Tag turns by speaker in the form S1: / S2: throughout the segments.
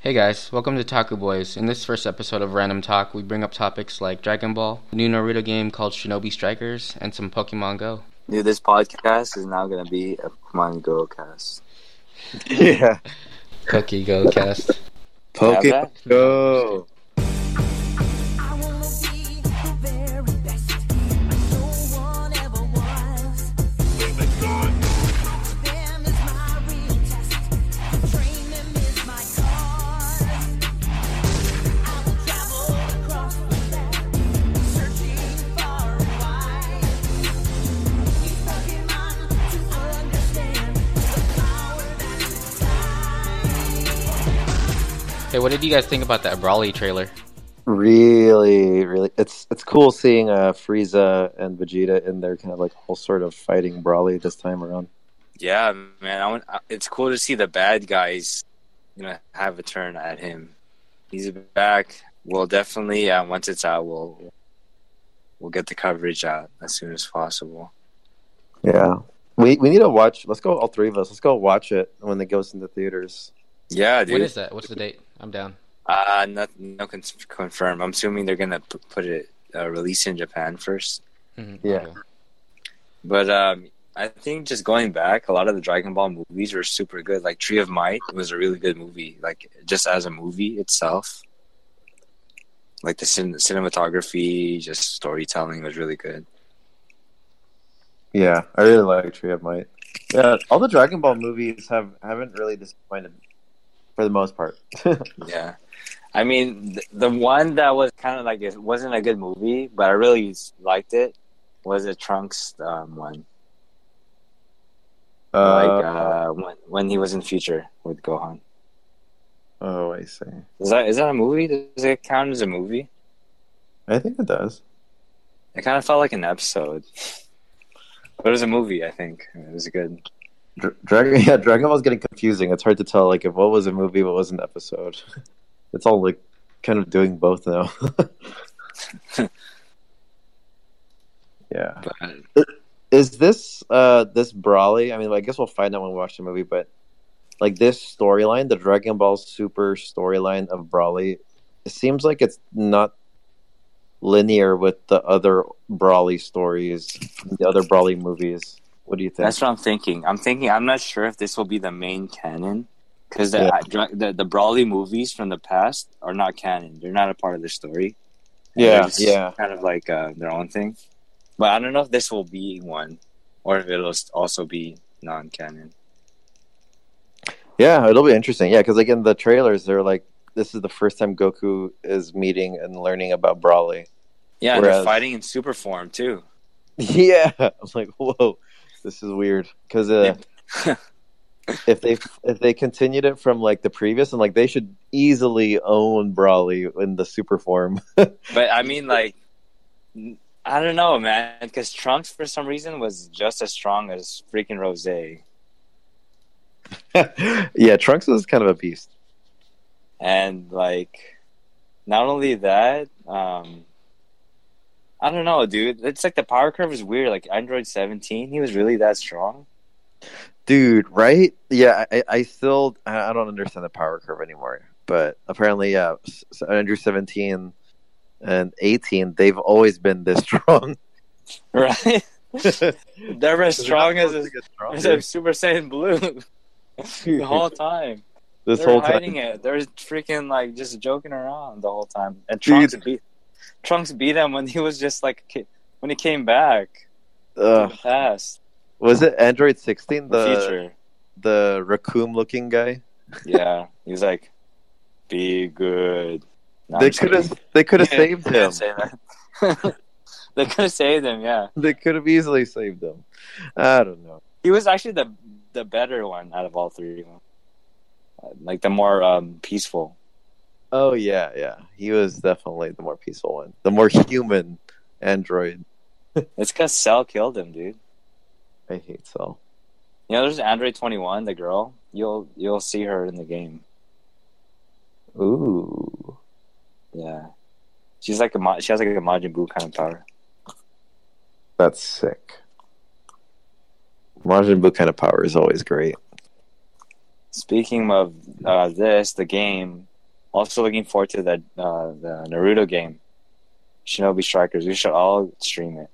S1: Hey guys, welcome to Taku Boys. In this first episode of Random Talk, we bring up topics like Dragon Ball, the new Naruto game called Shinobi Strikers, and some Pokemon Go.
S2: Dude, this podcast is now gonna be a Pokemon Go cast.
S3: Yeah.
S1: Cookie Go cast.
S3: Pokemon Go.
S4: I wanna be the very best. No one ever was. Them is my real test. Train them is my cause. I will travel across the land, searching far and wide. Use Pokemon to understand the power that's inside.
S1: Hey, what did you guys think about that Brawly trailer?
S3: Really, really, it's it's cool seeing uh, Frieza and Vegeta in their kind of like all sort of fighting brawly this time around.
S2: Yeah, man. I want, it's cool to see the bad guys, you know, have a turn at him. He's back. We'll definitely uh, once it's out, we'll we'll get the coverage out as soon as possible.
S3: Yeah, we we need to watch. Let's go, all three of us. Let's go watch it when it goes into theaters.
S2: Yeah, dude.
S1: What is that? What's the date? I'm down.
S2: Uh, not, no con- confirm. I'm assuming they're gonna p- put it uh, release in Japan first.
S1: Mhm,
S3: Yeah.
S1: okay.
S2: But um, I think just going back, a lot of the Dragon Ball movies were super good. Like Tree of Might was a really good movie. Like just as a movie itself, like the cin- cinematography, just storytelling was really good.
S3: Yeah, I really like Tree of Might. Yeah, all the Dragon Ball movies have haven't really disappointed for the most part.
S2: Yeah, I mean th- the one that was kind of like it wasn't a good movie, but I really s- liked it was the Trunks um, one. like uh, when when he was in future with Gohan.
S3: oh, I see.
S2: Is that is that a movie? Does it count as a movie?
S3: I think it does.
S2: It kind of felt like an episode. But it was a movie, I think. It was good.
S3: Dra- Dragon, yeah, Dragon Ball's getting confusing. It's hard to tell like if what was a movie, what was an episode. It's all like kind of doing both now. yeah,
S2: But
S3: is this uh this Brawly? I mean, I guess we'll find out when we watch the movie, but like this storyline, the Dragon Ball Super storyline of Brawly, it seems like it's not linear with the other Brawly stories, the other Brawly movies. What do you think?
S2: that's what I'm thinking. I'm thinking. I'm not sure if this will be the main canon because the,
S3: Yeah.
S2: dra- the the Brawley movies from the past are not canon. They're not a part of the story. They're
S3: yeah,
S2: just
S3: yeah.
S2: Kind of like uh, their own thing. But I don't know if this will be one or if it'll also be non-canon.
S3: Yeah, it'll be interesting. Yeah, because like in the trailers, they're like, "This is the first time Goku is meeting and learning about Brawly."
S2: Yeah, they're
S3: Whereas-
S2: fighting in super form too.
S3: yeah, I'm like, "Whoa, this is weird." Because uh, if they if they continued it from like the previous, and like they should easily own Brawly in the super form.
S2: But I mean, like, n- I don't know, man, because Trunks for some reason was just as strong as freaking Rose.
S3: yeah, Trunks is kind of a beast.
S2: And like, not only that, um, I don't know, dude. It's like the power curve is weird. Like Android 17, he was really that strong.
S3: dude right yeah i, I still i I don't understand the power curve anymore but apparently yeah s- s- andrew 17 and 18 they've always been this strong
S2: Right? They're as strong as a, as a
S3: this,
S2: Super Saiyan Blue the whole time.
S3: this
S2: They're
S3: whole
S2: hiding
S3: time
S2: it. They're freaking like just joking around the whole time. And
S3: Dude.
S2: Trunks beat Trunks beat him when he was just like a kid- when he came back to
S3: Ugh.
S2: the past,
S3: was it android 16
S2: the
S3: the
S2: future.
S3: the raccoon looking guy
S2: Yeah, he's like, be good. No,
S3: they
S2: I'm just
S3: could
S2: kidding.
S3: have they could have
S2: Yeah,
S3: saved
S2: you can't
S3: him
S2: say that. they could have saved him. Yeah,
S3: they could have easily saved him i don't know
S2: he was actually the the better one out of all three. Uh, Like the more um, peaceful.
S3: oh yeah yeah he was definitely the more peaceful one the more human android
S2: It's because Cell killed him, dude.
S3: i hate cell
S2: You know, there's Android 21, the girl. You'll you'll see her in the game.
S3: ooh
S2: Yeah, she's like a Ma- she has like a Majin Buu kind of power.
S3: That's sick. Majin Buu kind of power is always great.
S2: Speaking of uh, this, the game Also looking forward to that uh, the Naruto game, Shinobi Strikers. We should all stream it.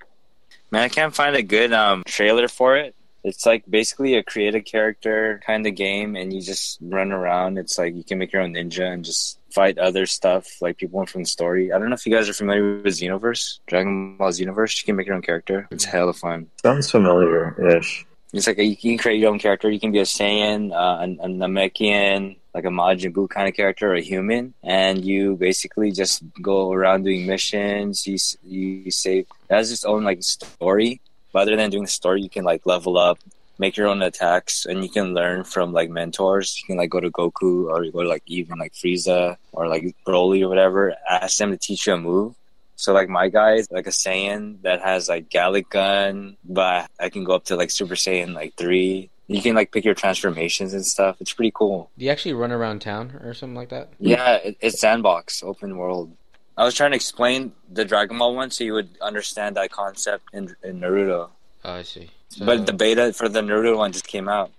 S2: Man, I can't find a good um, trailer for it. It's like basically a create a character kind of game, and you just run around. It's like you can make your own ninja and just fight other stuff, like people from the story. I don't know if you guys are familiar with Xenoverse, Dragon Ball Xenoverse. You can make your own character. It's hella fun.
S3: Sounds familiar ish.
S2: It's like a, you can create your own character. You can be a Saiyan, uh, an- a Namekian, like a Majin Buu kind of character, or a human, and you basically just go around doing missions. You s- you save. It has its own like story. But other than doing the story, you can like level up, make your own attacks, and you can learn from like mentors. You can like go to Goku or you go to like even like Frieza or like Broly or whatever. Ask them to teach you a move. So like my guy is like a Saiyan that has like Gallic Gun, but I can go up to like Super Saiyan like three. You can like pick your transformations and stuff. It's pretty cool.
S1: Do you actually run around town or something like that?
S2: Yeah, it, it's sandbox, open world. I was trying to explain the Dragon Ball one so you would understand that concept in, in Naruto.
S1: Oh, I see. So,
S2: But the beta for the Naruto one just came out.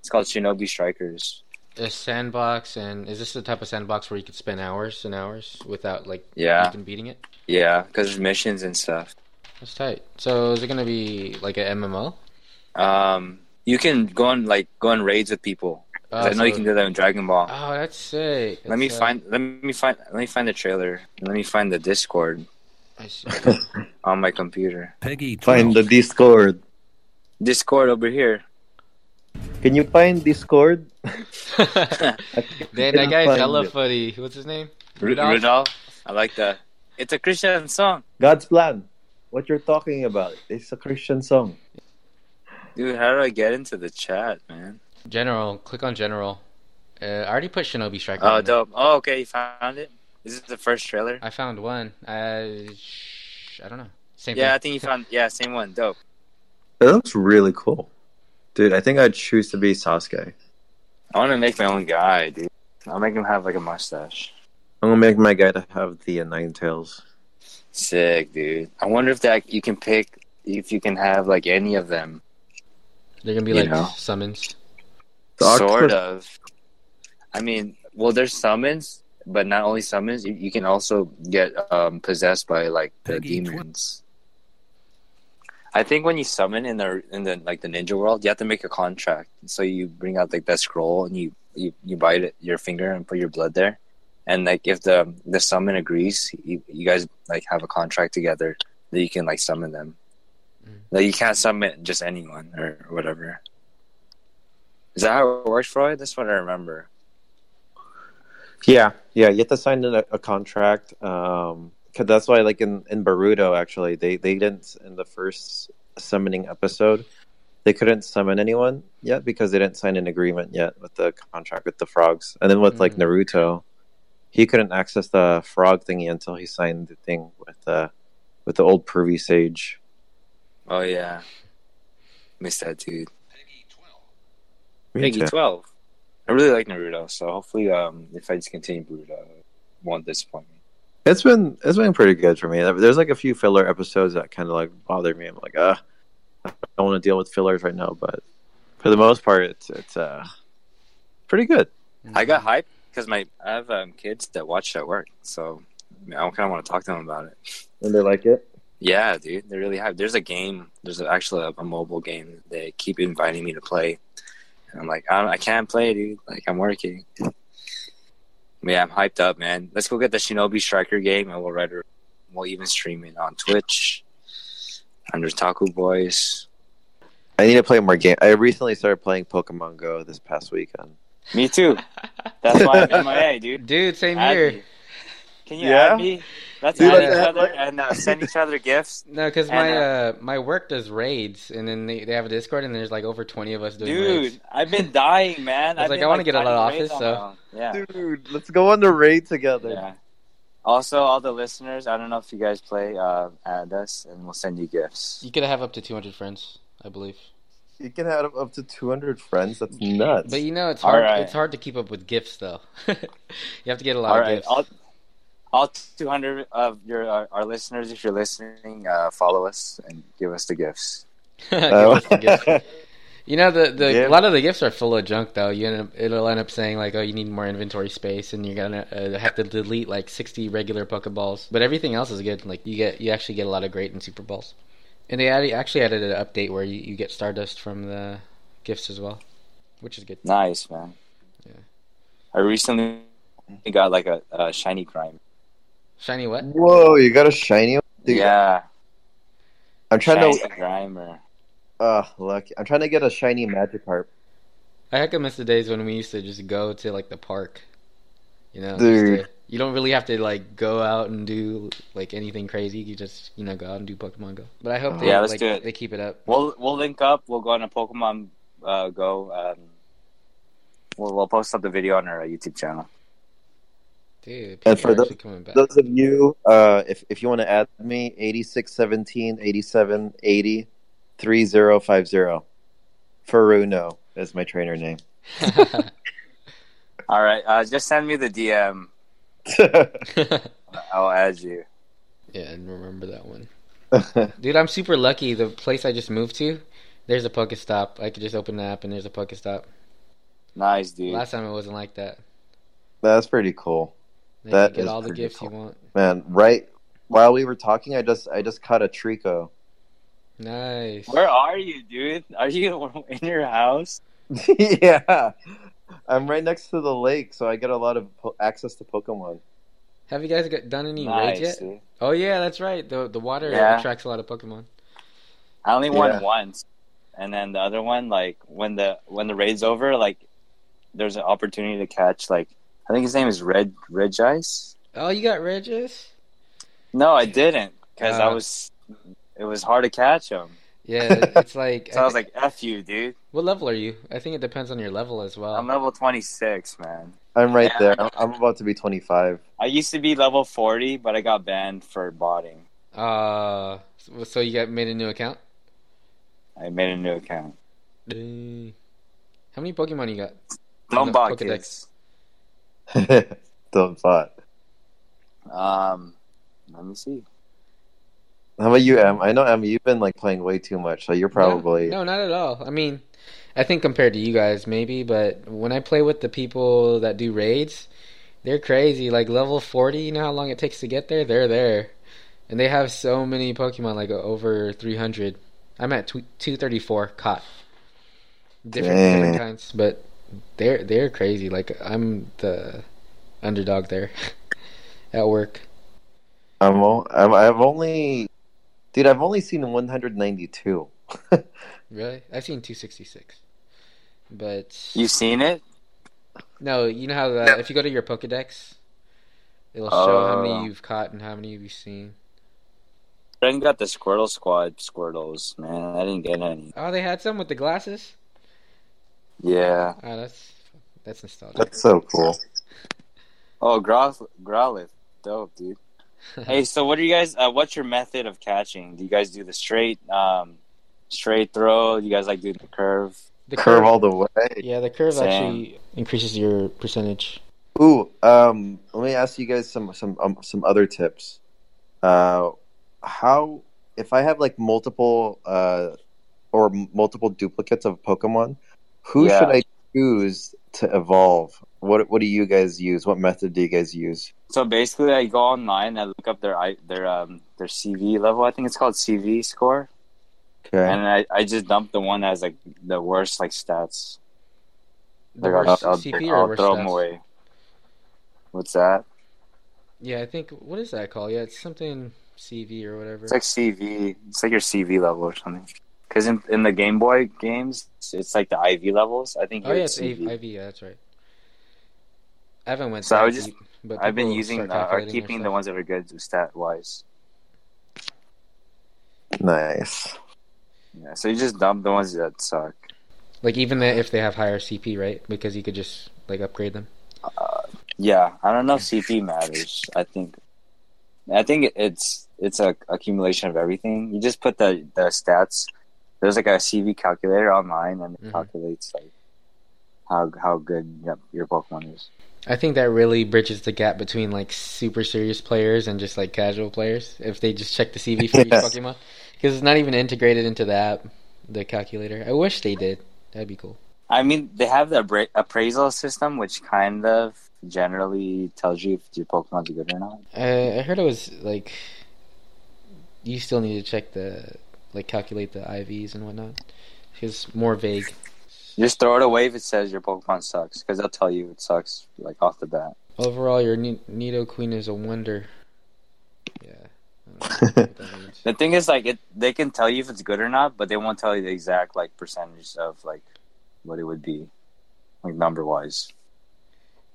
S2: It's called Shinobi Strikers.
S1: the sandbox and is this the type of sandbox where you could spend hours and hours without like
S2: Yeah,
S1: even beating it?
S2: yeah, because there's missions and stuff.
S1: That's tight. So is it gonna be like an MMO?
S2: Um, you can go on like go on raids with people. 'Cause I know
S1: so-
S2: you can do that in Dragon Ball.
S1: Oh, that's sick.
S2: let me
S1: That's, uh,
S2: find. Let me find. Let me find the trailer. Let me find the Discord
S1: I see.
S2: on my computer.
S5: Peggy 12.
S3: Find the Discord.
S2: Discord over here.
S3: Can you find Discord?
S1: Then that
S3: Cannot
S1: guy's
S3: find
S1: hella
S3: it.
S1: funny. What's his name?
S2: Ru-
S1: Rudolph?
S2: Rudolph. I like that. It's a Christian song,
S3: God's plan. What you're talking about? It's a Christian song.
S2: dude. How do I get into the chat, man?
S1: General. Click on General. Uh, I already put Shinobi Striker.
S2: Oh,
S1: on there.
S2: dope. Oh, okay. You found it. Is this the first trailer?
S1: I found one. Uh, sh- I don't know. Same
S2: Yeah, I
S1: thing.
S2: think you found. Yeah, same one. Dope.
S3: It looks really cool, dude. I think I'd choose to be Sasuke.
S2: I want to make my own guy, dude. I'll make him have like a mustache.
S3: I'm gonna make my guy to have the uh, Nine Tails.
S2: Sick, dude. I wonder if that you can pick if you can have like any of them.
S1: They're gonna be
S2: You
S1: like
S2: know.
S1: summons.
S2: sort of. I mean, well, there's summons, but not only summons. You, you can also get um, possessed by like the
S5: Peggy tw-
S2: demons. I think when you summon in the in the like the ninja world, you have to make a contract. So you bring out like that scroll and you you, you bite it, your finger and put your blood there. And like if the the summon agrees, you, you guys like have a contract together that you can like summon them.
S1: Mm.
S2: Like you can't summon just anyone or whatever. Is that how it works, Freud? That's what I remember.
S3: Yeah, yeah. You have to sign in a, a contract. Um, 'cause that's why, like in in Baruto, actually, they they didn't in the first summoning episode, they couldn't summon anyone yet because they didn't sign an agreement yet with the contract with the frogs. And then with like
S1: Mm.
S3: Naruto, he couldn't access the frog thingy until he signed the thing with the with the old pervy sage.
S2: Oh yeah, missed that dude.
S3: Me
S2: Peggy
S3: too.
S2: twelve. I really like Naruto, so hopefully, um, if I just continue Naruto, it won't disappoint me.
S3: It's been it's been pretty good for me. There's like a few filler episodes that kind of like bother me. I'm like, ah, I don't want to deal with fillers right now. But for the most part, it's it's uh pretty good.
S2: I got hyped because my I have um, kids that watch it at work, so I kind of want to talk to them about it.
S3: And they like it.
S2: Yeah, dude, they really have. There's a game. There's a, actually a, a mobile game that they keep inviting me to play, and I'm like, I, don't, I can't play, dude. Like I'm working. Yeah, I'm hyped up, man. Let's go get the Shinobi Striker game, and we'll write. A, we'll even stream it on Twitch under Taku Boys.
S3: I need to play more game. I recently started playing Pokemon Go this past weekend.
S2: Me too. That's why I'm MIA, dude.
S1: Dude, same
S2: Add
S1: here.
S2: me. Can you
S3: Yeah?
S2: add me? Let's
S1: Dude,
S2: add
S1: let's
S2: each
S3: add-
S2: other and uh, send each other gifts.
S1: No, because
S2: And,
S1: my uh, my work does raids, and then they, they have a Discord, and there's like over twenty of us doing raids.
S2: Dude, I've been dying, man.
S1: I was
S2: I've
S1: like,
S2: been,
S1: I wanna get out of
S2: finding ways
S1: office,
S2: on my
S1: so-
S2: own. yeah.
S3: Dude, let's go on the raid together.
S2: Yeah. Also, all the listeners, I don't know if you guys play, uh, add us and we'll send you gifts.
S1: You could have up to two hundred friends, I believe.
S3: You can have up to 200 friends. That's nuts.
S1: But you know, it's
S2: All
S1: hard.
S2: right.
S1: It's hard to keep up with gifts, though. you have to get a lot
S2: All
S1: of
S2: right.
S1: gifts.
S2: All, all 200 of your our, our listeners, if you're listening, uh, follow us and give us the gifts.
S1: Give
S3: Oh.
S1: us the gifts.
S5: You know the, the a
S3: Yeah.
S5: lot of the gifts are full of junk though. You end up, it'll end up saying like, oh, you need more inventory space, and you're gonna uh, have to delete like 60 regular Pokeballs. But everything else is good. Like you get you actually get a lot of great and Super Balls. And they added, actually added an update where you, you get Stardust from the gifts as well, which is good.
S2: Nice, man. I recently got like a, a shiny crime.
S5: Shiny what?
S3: Whoa, you got a shiny one? Dude,
S2: yeah,
S3: I'm
S2: shiny
S3: trying to.
S2: grimer.
S3: Uh, look, I'm trying to get a shiny Magikarp.
S5: I heck I miss the days when we used to just go to like the park. You know, just
S3: Dude.
S5: to- you don't really have to like go out and do like anything crazy. You just you know go out and do Pokemon Go. But I hope they
S2: Oh. Yeah, let's
S5: like,
S2: do it.
S5: they keep it up.
S2: We'll we'll link up. We'll go on a Pokemon uh, Go. Um, we'll we'll post up the video on our uh, YouTube channel.
S5: Dude, people
S3: And for
S5: are actually
S3: those-
S5: coming back.
S3: Those of you, uh, if if you want to add me, 8617 8780 3050. Faruno is my trainer name.
S2: All right, uh, just send me the DM. I'll add you.
S5: yeah, and remember that one. Dude, I'm super lucky. The place I just moved to, there's a Pokestop. I could just open the app and there's a Pokestop.
S2: Nice, dude.
S5: Last time it wasn't like that.
S3: That's pretty cool.
S5: They
S3: That
S5: get
S3: is
S5: all the
S3: pretty
S5: gifts
S3: cool.
S5: you want.
S3: Man, right while we were talking, I just I just caught a trico.
S5: Nice.
S2: Where are you, dude? Are you in your house?
S3: yeah. I'm right next to the lake, so I get a lot of po- access to Pokemon.
S5: Have you guys got, done any
S2: nice.
S5: raids yet?
S2: dude.
S5: Oh yeah, that's right. The the water
S2: Yeah.
S5: attracts a lot of Pokemon.
S2: I only
S3: Yeah.
S2: won once, and then the other one, like when the when the raid's over, like there's an opportunity to catch. Like I think his name is Red Regice.
S5: Oh, you got Regis?
S2: No, I didn't because I
S5: Uh.
S2: was. It was hard to catch him,
S5: Yeah, it's like,
S2: so I was like, "F you, dude."
S5: what level are you? I think it depends on your level as well.
S2: I'm level 26, man.
S3: I'm right
S2: Yeah.
S3: there. I'm, I'm about to be 25.
S2: I used to be level 40, but I got banned for botting.
S5: uh, so- so you got made a new account?
S2: I made a new account.
S5: Dang. How many Pokemon you got?
S2: Don't
S5: No,
S2: bot
S5: Pokedex.
S2: kids.
S3: Don't thought.
S2: Um, let me see.
S3: How about you, Em? I know Em, you've been like playing way too much, so you're probably
S5: No, no, not at all. I mean, I think compared to you guys, maybe, but when I play with the people that do raids, they're crazy. Like level 40, you know how long it takes to get there? They're there. And they have so many Pokemon, like over 300. I'm at tw- 234 caught. Different,
S3: Dang.
S5: different kinds, but they're they're crazy. Like I'm the underdog there at work.
S3: I'm, o- I'm I've only dude, I've only seen 192.
S5: Really? I've seen 266. But
S2: You've seen it?
S5: No, you know how the, if you go to your Pokedex, it'll show how
S2: Oh.
S5: many you've caught and how many you've seen.
S2: Then got the Squirtle Squad Squirtles, man. I didn't get any.
S5: Oh, they had some with the glasses.
S2: Yeah.
S5: Oh, that's that's nostalgic.
S3: That's so cool.
S2: Oh, Growlithe. Growlithe. Dope, dude. hey, so what are you guys, uh, what's your method of catching? Do you guys do the straight, um, straight throw? Do you guys like doing the curve?
S5: The
S3: Curve all the way.
S5: Yeah, the curve
S2: Same.
S5: actually increases your percentage.
S3: Ooh, um, let me ask you guys some some um, some other tips. Uh, how if I have like multiple uh or m- multiple duplicates of Pokemon, who
S2: Yeah.
S3: should I choose to evolve? What what do you guys use? What method do you guys use?
S2: So basically, I go online, I look up their I- their um their CV level. I think it's called CV score,
S3: Okay.
S2: and I, I just dump the one that has like the worst like stats.
S5: The
S2: Like,
S5: worst
S2: I'll, I'll,
S5: CP
S2: I'll
S5: or worst
S2: throw them
S5: stats?
S2: away. What's that?
S5: Yeah, I think what is that called? Yeah, it's something CV or whatever.
S2: It's like CV. It's like your CV level or something. Because in, in the Game Boy games, it's- it's like the IV levels. I think.
S5: oh
S2: here
S5: yeah, it's
S2: CV.
S5: IV. Yeah, that's right. I haven't went.
S2: So I
S5: that
S2: was just-
S5: deep, but
S2: I've been
S5: people
S2: using
S5: start
S2: the, or
S5: calculating their
S2: keeping the
S5: stuff.
S2: ones that are good stat wise.
S3: Nice.
S2: Yeah. So you just dump the ones that suck.
S5: Like even the, if they have higher CP, right? Because you could just like upgrade them.
S2: Yeah, I don't know if CP matters. I think, I think it's it's a accumulation of everything. You just put the the stats. There's like a CV calculator online, and it
S5: Mhm.
S2: calculates like how how good yep, your Pokemon is.
S5: I think that really bridges the gap between like super serious players and just like casual players. If they just check the CV for each
S3: Yeah.
S5: Pokemon, because it's not even integrated into the app, the calculator. I wish they did. That'd be cool.
S2: I mean, they have the appra- appraisal system, which kind of generally tells you if your Pokemon's good or not.
S5: I, I heard it was like you still need to check the like calculate the IVs and whatnot. It's more vague.
S2: Just throw it away if it says your Pokemon sucks, because they'll tell you it sucks like off the bat.
S5: Overall, your Ni- Nido Queen is a wonder. Yeah. I don't know what that means.
S2: The thing is, like, it they can tell you if it's good or not, but they won't tell you the exact like percentage of like what it would be, like number wise.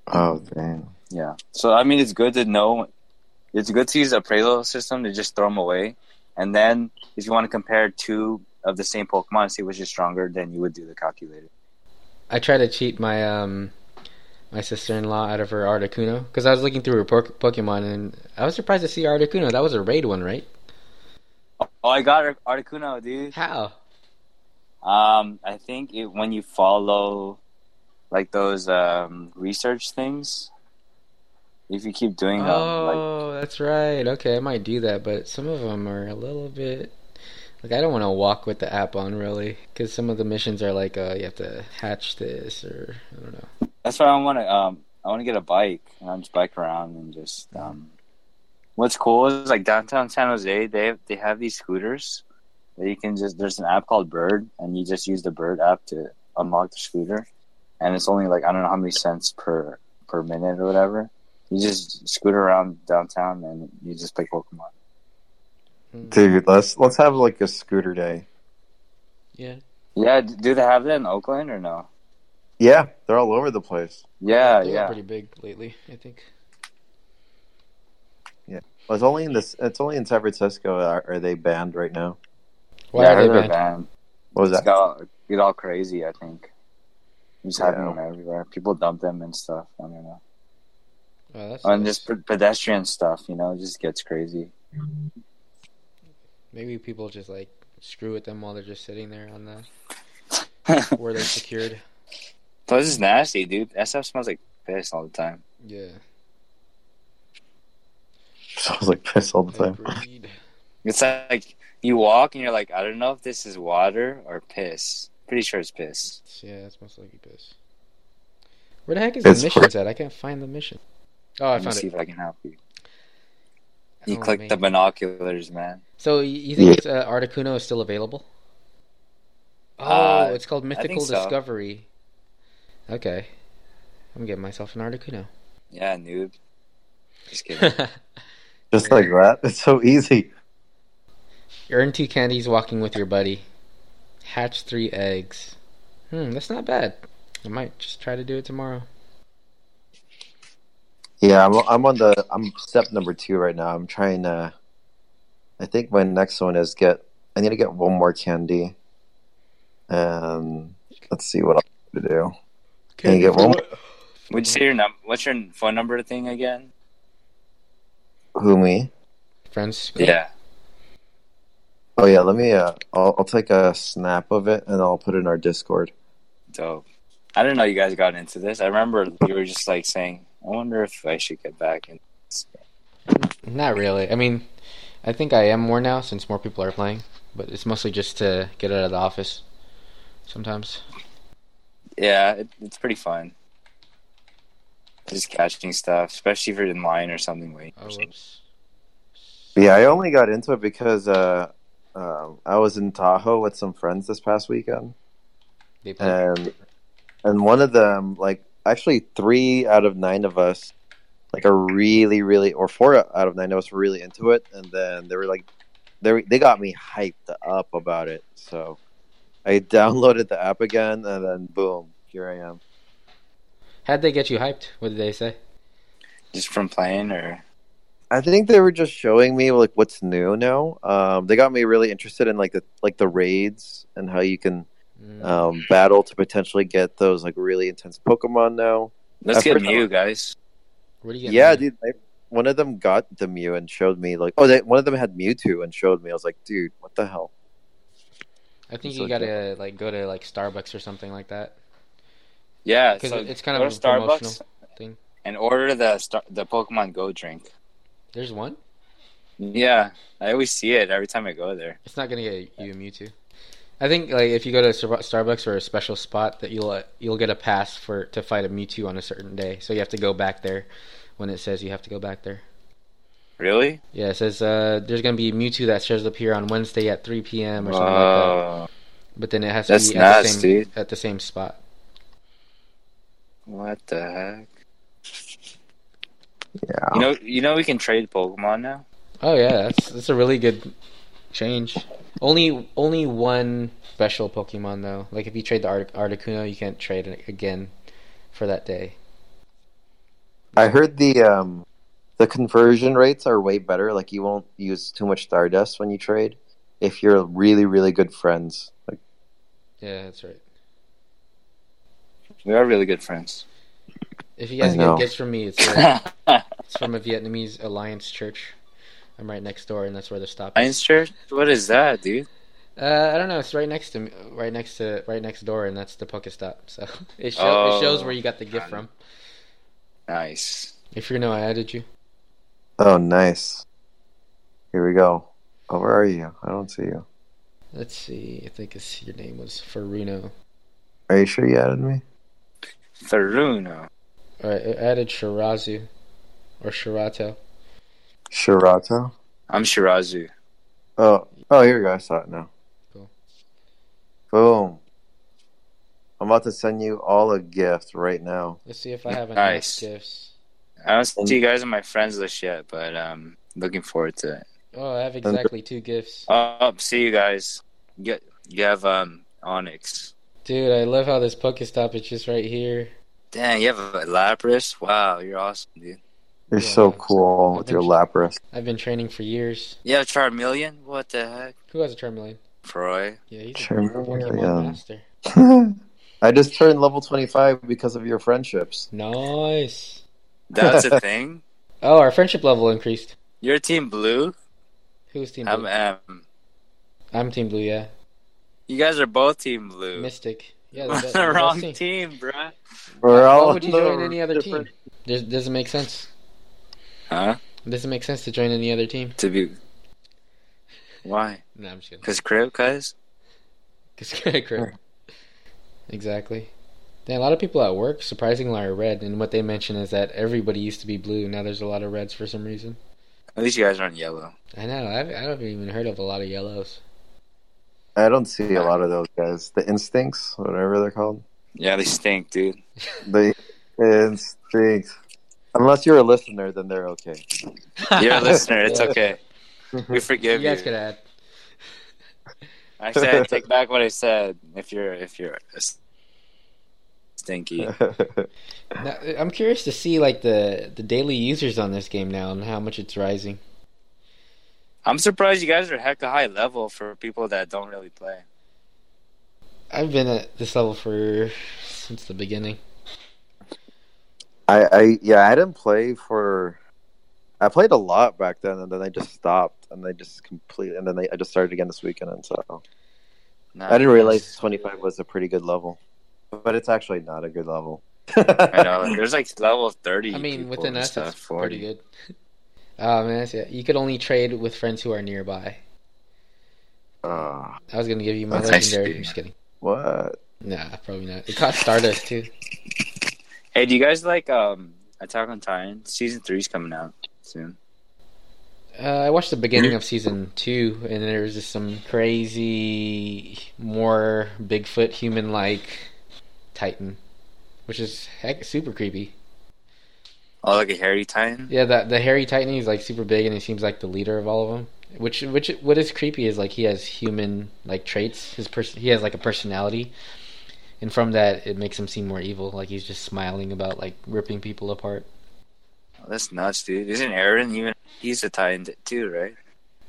S3: Oh damn.
S2: Yeah. So I mean, it's good to know. It's good to use the appraisal system to just throw them away, and then if you want to compare two of the same Pokemon and see which is stronger, then you would do the calculator.
S5: I tried to cheat my um my sister-in-law out of her Articuno because I was looking through her Pok- Pokemon and I was surprised to see Articuno. That was a raid one, right?
S2: Oh, I got Ar- Articuno, dude.
S5: How?
S2: Um, I think it, when you follow like those um research things, if you keep doing them, like
S5: Oh, that's right. Okay, I might do that, but some of them are a little bit like I don't want to walk with the app on really because some of the missions are like uh you have to hatch this or I don't know.
S2: That's why I want to. Um, I want to get a bike and I just bike around and just. Um, what's cool is like downtown San Jose, they have, they have these scooters that you can just. There's an app called Bird, and you just use the Bird app to unlock the scooter, and it's only like I don't know how many cents per per minute or whatever. You just scoot around downtown and you just play Pokemon.
S5: Mm,
S3: Dude, let's let's have like a scooter day.
S5: Yeah.
S2: Yeah, d- do they have that in Oakland or no?
S3: Yeah, they're all over the place.
S2: Yeah,
S5: They were
S2: yeah.
S5: pretty big lately, I think.
S3: Well, it's only in this. It's only in San Francisco. Are, are they banned right now?
S5: Why
S2: yeah, I
S5: are
S2: heard
S5: they
S2: they're
S5: banned?
S2: banned.
S3: What was
S2: It's
S3: that?
S2: got it all crazy. I think just
S3: Yeah.
S2: having them everywhere. People dump them and stuff. I don't know.
S5: Oh, that's
S2: And
S5: nice.
S2: just pe- pedestrian stuff. You know, it just gets crazy.
S5: Maybe people just like screw with them while they're just sitting there on the
S2: Plus,
S5: where they're secured.
S2: it's nasty, dude. That stuff smells like piss all the time.
S5: Yeah.
S3: Sounds like piss all the time.
S5: Agreed.
S2: It's like you walk and you're like, I don't know if this is water or piss. Pretty sure it's piss.
S5: Yeah, that's most likely piss. Where the heck is
S3: It's
S5: the missions at? I can't find the mission. Oh, I
S2: Let me
S5: found
S2: see
S5: it.
S2: if I can help you. You
S5: Oh,
S2: click
S5: man.
S2: the binoculars, man.
S5: So y- you think
S3: Yeah.
S5: it's, uh, Articuno is still available? Oh,
S2: Uh,
S5: it's called Mythical
S2: so.
S5: Discovery. Okay, I'm getting myself an Articuno.
S2: Yeah, noob. Just kidding.
S5: Earn
S3: Just like that. It's so easy.
S5: two candies walking with your buddy. Hatch three eggs. Hmm, that's not bad. I might just try to do it tomorrow.
S3: Yeah, I'm, I'm on the I'm step number two right now. I'm trying to. I think my next one is get. I need to get one more candy. Um, let's see what I to do. Can you get one?
S2: Would you say your num? What's your phone number thing again?
S3: Who me?
S5: Friends,
S2: Yeah.
S3: Oh yeah, let me. Uh, I'll, I'll take a snap of it and I'll put it in our Discord.
S2: Dope. I didn't know you guys got into this. I remember you were just like saying, I wonder if I should get back. in this."
S5: Not really. I mean, I think I am more now since more people are playing, but it's mostly just to get out of the office sometimes.
S2: yeah, it, it's pretty fun. Just catching stuff, especially if you're in line or something. Wait.
S5: Oh, whoops.
S3: But yeah, I only got into it because uh, um, I was in Tahoe with some friends this past weekend.
S5: They play.
S3: and and one of them like actually three out of nine of us like are really really or four out of nine of us were really into it and then they were like they were- they got me hyped up about it so i downloaded the app again and then boom here i am
S5: How'd they get you hyped? What did they say?
S2: Just from playing or.
S3: i think they were just showing me like what's new now um, they got me really interested in like the like the raids and how you can
S5: Mm.
S3: um, battle to potentially get those like really intense pokemon now
S2: Let's
S3: At
S2: get
S3: first I
S2: Mew, guys.
S5: What do you
S3: Yeah,
S5: get? man?
S3: dude. They, one of them got the Mew and showed me like, oh, they, one of them had Mewtwo and showed me. I was like, dude, what the hell?
S5: I think
S3: it's
S5: you
S3: like
S5: gotta like go to like Starbucks or something like that
S2: Yeah,
S5: because
S2: so
S5: it's kind
S2: go
S5: of
S2: to
S5: a
S2: Starbucks
S5: promotional thing.
S2: and order the star- the Pokemon Go drink.
S5: There's one.
S2: Yeah, I always see it every time I go there.
S5: It's not gonna get you a Mewtwo. I think like if you go to Star- Starbucks or a special spot, that you'll uh, you'll get a pass for to fight a Mewtwo on a certain day. So you have to go back there when it says you have to go back there.
S2: Really?
S5: Yeah, it says uh, there's gonna be a Mewtwo that shows up here on Wednesday at 3 p.m. or something like that.
S2: Oh,
S5: But then it has to
S2: that's
S5: be at the,
S2: nuts,
S5: same,
S2: dude.
S5: at the same spot.
S2: what the heck?
S3: Yeah.
S2: You know, you know, we can trade Pokemon now.
S5: Oh yeah, that's that's a really good change. Only only one special Pokemon though. Like if you trade the Art- Articuno, you can't trade it again for that day.
S3: I heard the um the conversion rates are way better. Like you won't use too much Stardust when you trade if you're really really good friends. Like
S5: Yeah, that's right.
S2: We are really good friends.
S5: If you guys
S3: I
S5: get
S3: know.
S5: gifts from me, it's, uh,
S2: Lions
S5: it's from a Vietnamese Alliance church. I'm right next door, and that's where they're stopping.
S2: Lions Church? What is that, dude?
S5: Uh, I don't know. It's right next to me, right next to right next door, and that's the Pokestop. So it, show, it shows
S2: Oh,
S5: where you got the gift
S2: got it.
S5: from.
S2: Nice.
S5: If you know, I added you.
S3: oh nice. Here we go. Oh, where are you? I don't see you.
S5: Let's see. I think it's, your name was Faruno.
S3: Are you sure you added me?
S2: Faruno.
S5: All right, I added Shirazu or Shirato.
S3: Shirato.
S2: I'm Shirazu.
S3: Oh oh here we go. I saw it now.
S5: Cool.
S3: Boom. I'm about to send you all a gift right now.
S5: Let's see if I have any
S2: Nice.
S5: gifts.
S2: I don't see you guys on my friends list yet, but um, looking forward to it.
S5: Oh, I have exactly two gifts.
S2: Oh, see you guys. You, you have um Onyx.
S5: Dude, I love how this Pokestop is just right here.
S2: Dang, you have a Lapras. Wow, you're awesome, dude.
S3: You're
S5: Yeah,
S3: so
S5: thanks.
S3: cool with your Lapras.
S5: I've been training for years.
S2: You have Charmeleon. What the heck,
S5: Who has a Charmeleon?
S2: Troy?
S5: Yeah, he's a Pokemon
S3: Charmeleon.
S5: master.
S3: I just turned level 25 because of your friendships.
S5: Nice.
S2: That's a thing.
S5: Oh, our friendship level increased.
S2: You're Team Blue.
S5: Who's Team
S2: I'm
S5: Blue?
S2: um,
S5: I'm Team Blue, yeah.
S2: You guys are both Team Blue.
S5: Mystic. Yeah,
S2: We're
S5: the,
S2: on the wrong team, bruh.
S3: We're all
S5: Why would you
S3: on the
S5: join any other team?
S3: different-
S5: Does, doesn't make sense.
S2: Huh?
S5: Doesn't make sense to join any other team.
S2: To be. Why?
S5: No, I'm just kidding.
S2: Cause crib, cause.
S5: 'Cause correct, correct. Exactly. Then a lot of people at work surprisingly are red, and what they mention is that everybody used to be blue. Now there's a lot of reds for some reason.
S2: At least you guys aren't yellow.
S5: I know. I've, I haven't even heard of a lot of yellows.
S3: I don't see a lot of those guys. The instincts, whatever they're called.
S2: Yeah, they stink, dude.
S3: The instincts. Unless you're a listener, then they're okay.
S2: You're a listener. It's
S5: Yeah.
S2: okay. We
S5: You
S2: forgive you.
S5: guys could add.
S2: I said I take back what I said. If you're if you're a s- stinky,
S5: Now, I'm curious to see like the the daily users on this game now and how much it's rising.
S2: I'm surprised you guys are hecka high level for people that don't really play.
S5: I've been at this level for since the beginning.
S3: I, I, yeah, I didn't play for. I played a lot back then, and then I just stopped, and I just completely, and then I, I just started again this weekend, and so
S2: Nah,
S3: I didn't realize 25 was a pretty good level, but it's actually not a good level.
S2: I know. There's like level thirty.
S5: I mean,
S2: people
S5: within
S2: and
S5: us,
S2: stuff,
S5: it's pretty good. Oh man, that's, yeah. you could only trade with friends who are nearby.
S3: Uh,
S5: I was gonna give you my
S2: That's nice
S5: legendary.
S2: to
S5: I'm just kidding.
S3: what?
S5: Nah, probably not. It caught Stardust too.
S2: Hey, do you guys like um Attack on Titan? Season three's coming out soon.
S5: Uh, I watched the beginning of season two, and there was just some crazy, more Bigfoot human-like Titan, which is heck super creepy.
S2: Oh, like a hairy Titan.
S5: Yeah, the the hairy Titan is like super big, and he seems like the leader of all of them. Which which what is creepy is like he has human like traits. His person he has like a personality, and from that it makes him seem more evil. Like he's just smiling about like ripping people apart.
S2: Oh, that's nuts, dude. Isn't Aaron even? He's a Titan too, right?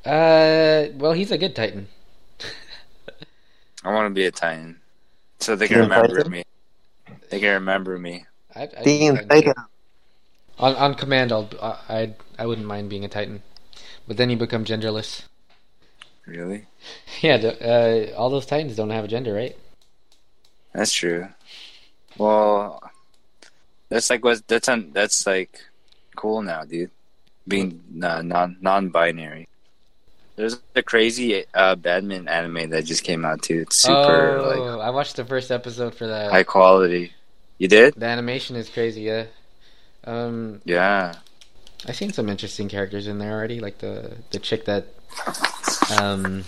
S5: Uh, well, he's a good Titan.
S2: I want to be a Titan, so they can
S3: Teen
S2: remember
S3: Titan?
S2: me. They can remember me.
S5: I, I
S3: Teen Titan.
S5: On on command, I'll I I'd- I wouldn't mind being a Titan, but then you become genderless.
S2: Really?
S5: Yeah, d- uh, all those Titans don't have a gender, right?
S2: That's true. Well, that's like what that's on, that's like cool now, dude. Being non non non binary. There's a crazy uh, badminton anime that just came out too. It's super like
S5: Oh, I watched the first episode for that.
S2: high quality. You did?
S5: the animation is crazy, yeah. Um,
S2: Yeah.
S5: I've seen some interesting characters in there already, like the the chick that um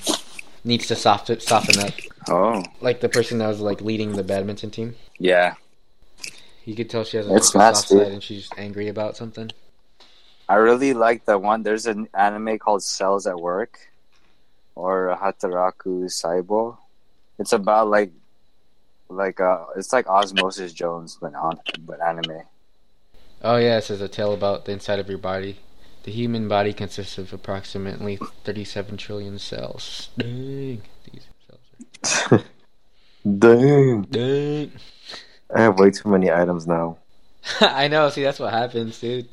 S5: needs to soften soften up,
S2: Oh,
S5: like the person that was like leading the badminton team.
S2: yeah.
S5: You could tell she has a,
S2: It's
S5: like, a
S2: nuts,
S5: soft
S2: dude.
S5: side, and she's angry about something.
S2: I really like the one. There's an anime called Cells at Work, or Hataraku Saibo. It's about like, like uh, it's like Osmosis Jones, but on but anime.
S5: Oh yeah, it says a tale about the inside of your body. The human body consists of approximately 37 trillion cells. Dang, these cells are
S3: Damn.
S5: dang.
S3: I have way too many items now.
S5: I know. See, that's what happens, dude.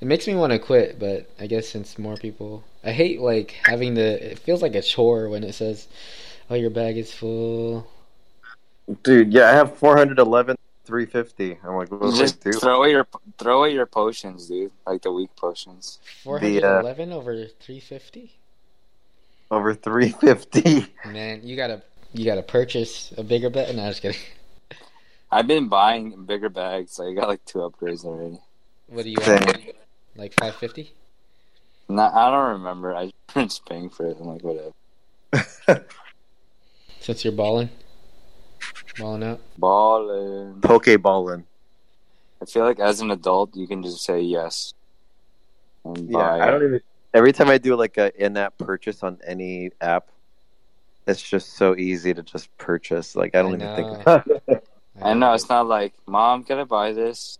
S5: It makes me want to quit, but I guess since more people, I hate like having the. It feels like a chore when it says, "Oh, your bag is full."
S3: Dude, yeah, I have 411, 350. I'm like, what do I
S2: Just
S3: do?
S2: throw away your throw away your potions, dude. Like the weak potions.
S5: Four hundred eleven over three fifty.
S3: Over 350.
S5: Man, you gotta you gotta purchase a bigger bed. No, I'm just kidding.
S2: I've been buying bigger bags. Like I got like two upgrades already.
S5: What do you want?
S3: Dang.
S5: Like five fifty?
S2: Not, I don't remember. I am just paying for it. I'm like whatever.
S5: Since you're balling, balling out.
S2: Ballin.
S3: Pokeballing.
S2: I feel like as an adult, you can just say yes. And
S3: Yeah,
S2: buy
S3: I
S2: it.
S3: don't even. Every time I do like a in-app purchase on any app, it's just so easy to just purchase. Like I don't
S5: I
S3: even
S5: know.
S3: think.
S2: I know it's not like, mom, can I buy this?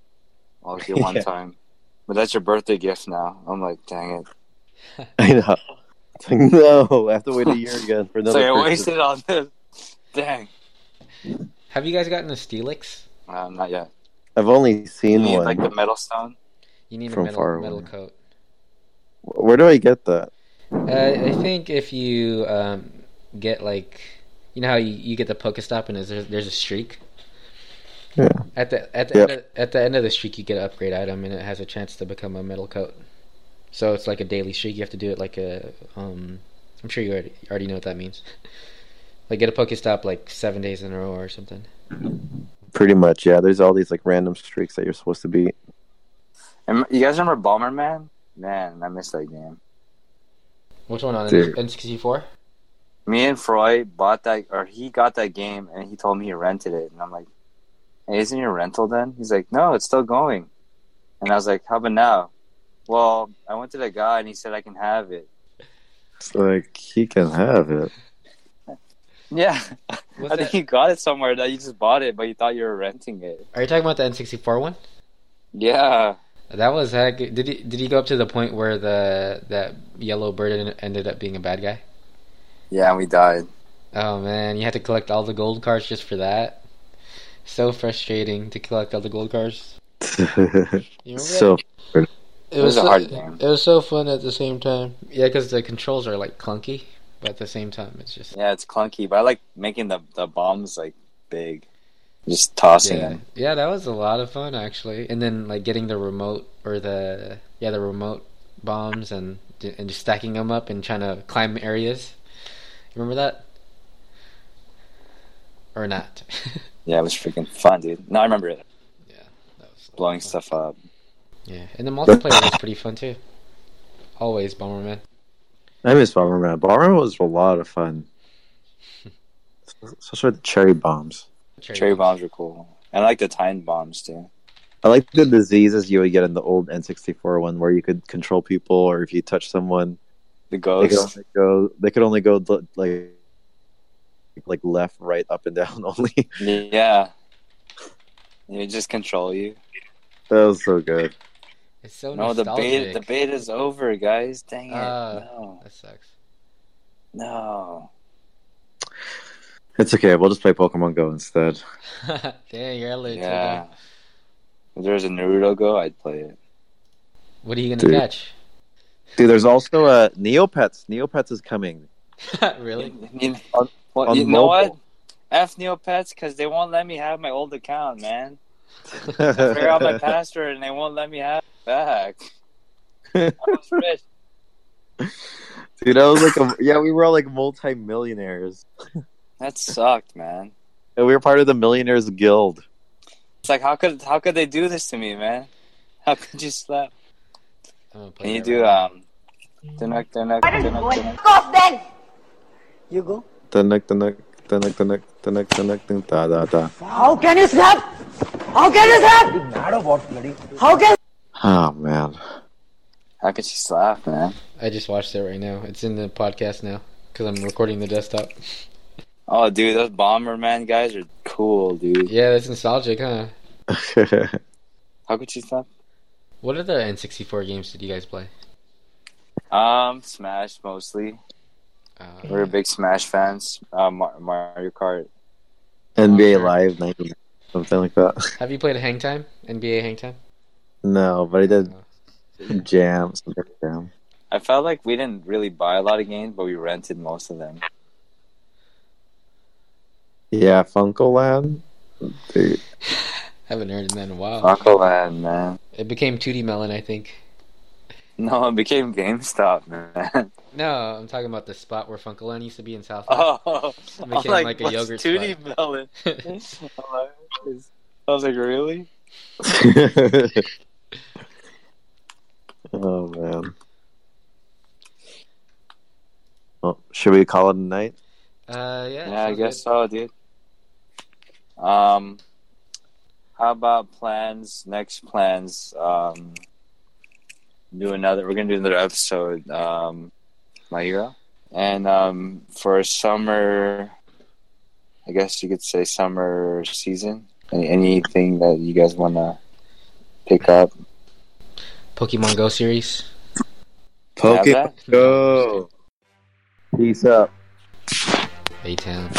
S2: Well, okay, one
S3: Yeah.
S2: time, but that's your birthday gift now. I'm like, dang it!
S3: I know. It's like, no, I have to wait a year again for
S2: So
S3: another.
S2: like, I
S3: purchase.
S2: wasted on this. Dang.
S5: Have you guys gotten a Steelix?
S2: Uh, not yet.
S3: I've only
S2: You
S3: seen
S2: need
S3: one.
S2: like the metal stone.
S5: You need
S3: From
S5: a
S3: far
S5: metal, metal
S3: away.
S5: coat.
S3: Where do I get that?
S5: Uh, I think if you um, get like, you know how you, you get the Pokestop and there's there's a streak.
S3: Yeah.
S5: At the at the
S3: Yep.
S5: end of, at the end of the streak, you get an upgrade item and it has a chance to become a metal coat. So it's like a daily streak. You have to do it like a um. I'm sure you already already know what that means. like get a Pokestop like seven days in a row or something.
S3: Pretty much, yeah. There's all these like random streaks that you're supposed to beat.
S2: Rem- You guys remember Bomberman? Man, I miss that game.
S5: Which one on
S3: Dude.
S5: N64?
S2: Me and Freud bought that, or he got that game, and he told me he rented it, and I'm like, hey, "Isn't your rental then?" He's like, "No, it's still going," and I was like, "How about now?" Well, I went to that guy, and he said I can have it.
S3: It's like he can have it.
S2: Yeah,
S5: What's
S2: I think
S5: that?
S2: you got it somewhere that you just bought it, but you thought you were renting it.
S5: Are you talking about the N64 one?
S2: Yeah,
S5: That was heck. Did he did he go up to the point where the that yellow bird en- ended up being a bad guy?
S2: yeah, and we died.
S5: Oh man, you had to collect all the gold cards just for that. So frustrating to collect all the gold cards. You remember
S3: so
S5: that?
S2: it was a hard game.
S5: It was so fun at the same time. Yeah, because the controls are like clunky, but at the same time, it's just
S2: Yeah, it's clunky, but I like making the the bombs like big, just tossing
S5: yeah,
S2: them.
S5: yeah. That was a lot of fun actually. And then like getting the remote or the yeah the remote bombs and and just stacking them up and trying to climb areas. You remember that? Or not?
S2: Yeah, it was freaking fun, dude. No, I remember it
S5: that was
S2: blowing stuff up.
S5: Yeah, and the multiplayer was pretty fun too. Always Bomberman.
S3: I miss Bomberman. Bomberman was a lot of fun, especially with the cherry bombs.
S2: Cherry bombs were cool. And I like the time bombs too.
S3: I like the diseases you would get in the old N64 one, where you could control people, or if you touch someone,
S2: The
S3: they could
S2: ghost.
S3: only go. They could only go l- like like left, right, up, and down only. that
S2: Yeah. You just control you.
S3: was so good.
S5: It's so
S2: No, the beta
S5: nostalgic.
S2: the beta's over, guys. Dang it.
S5: Ah.
S2: no.
S5: That sucks.
S2: No.
S3: It's okay. We'll just play Pokemon Go instead.
S5: Dang, you're late.
S2: Yeah. If there was a Naruto go, I'd play it.
S5: What are you gonna
S3: Dude.
S5: catch?
S3: Dude, there's also uh, Neopets. Neopets is coming.
S5: really?
S2: You-
S3: On-
S2: well,
S3: on
S2: you know what?
S3: mobile.
S2: F Neopets because they won't let me have my old account, man. I figured out my
S3: Dude,
S2: password and they won't let me have it back. I was rich.
S3: Dude, I was like, a, yeah, we were all like multi-millionaires,
S2: That sucked, man.
S3: and we were part of the Millionaires Guild.
S2: It's like how could how could they do this to me, man? How could you slap?
S5: I'm gonna play
S2: Can you
S5: that
S2: do
S5: right
S2: um? Dunuk, dunuk, dunuk, dunuk.
S6: You go.
S3: Dunuk, dunuk, dunuk, dunuk, dunuk, dunuk, dun, da, da, da.
S6: How can you slap? How can you slap? You mad about bloody? How can?
S3: Oh man,
S2: How could you slap, man?
S5: now. I just watched it right now. It's in the podcast now because I'm recording the desktop.
S2: Oh, dude, those Bomberman guys are cool, dude.
S5: Yeah, that's nostalgic, huh?
S2: How could you slap?
S5: What other N64 games did you guys play?
S2: Um, Smash mostly.
S5: Uh,
S2: We were big Smash fans. Uh, Mar- Mario Kart.
S3: NBA Live 90, something like that.
S5: have you played Hang Time? NBA Hang Time?
S3: No, but I did jam, something like jam.
S2: I felt like we didn't really buy a lot of games, but we rented most of them.
S3: Yeah, Funko Land. Dude,
S5: Haven't heard of that in a while.
S2: Taco Land, man.
S5: It became 2D Melon, I think.
S2: No, it became GameStop, man.
S5: No, I'm talking about the spot where Funkoland used to be in South.
S2: Oh,
S5: Became
S2: I'm like,
S5: like a
S2: what's
S5: yogurt
S2: 2D melon? I'm like, is- I was like, really?
S3: oh man. Well, Oh, should we call it a night?
S5: uh, yeah.
S2: Yeah, I
S5: sounds
S2: guess
S5: good.
S2: so, dude. Um, how about plans? Next plans. Um, do another. We're gonna do another episode. Um, my hero, and um, for summer, I guess you could say summer season. Any, anything that you guys wanna pick up?
S5: Pokemon Go series.
S2: Have that?
S3: Go. Peace up.
S5: A Town.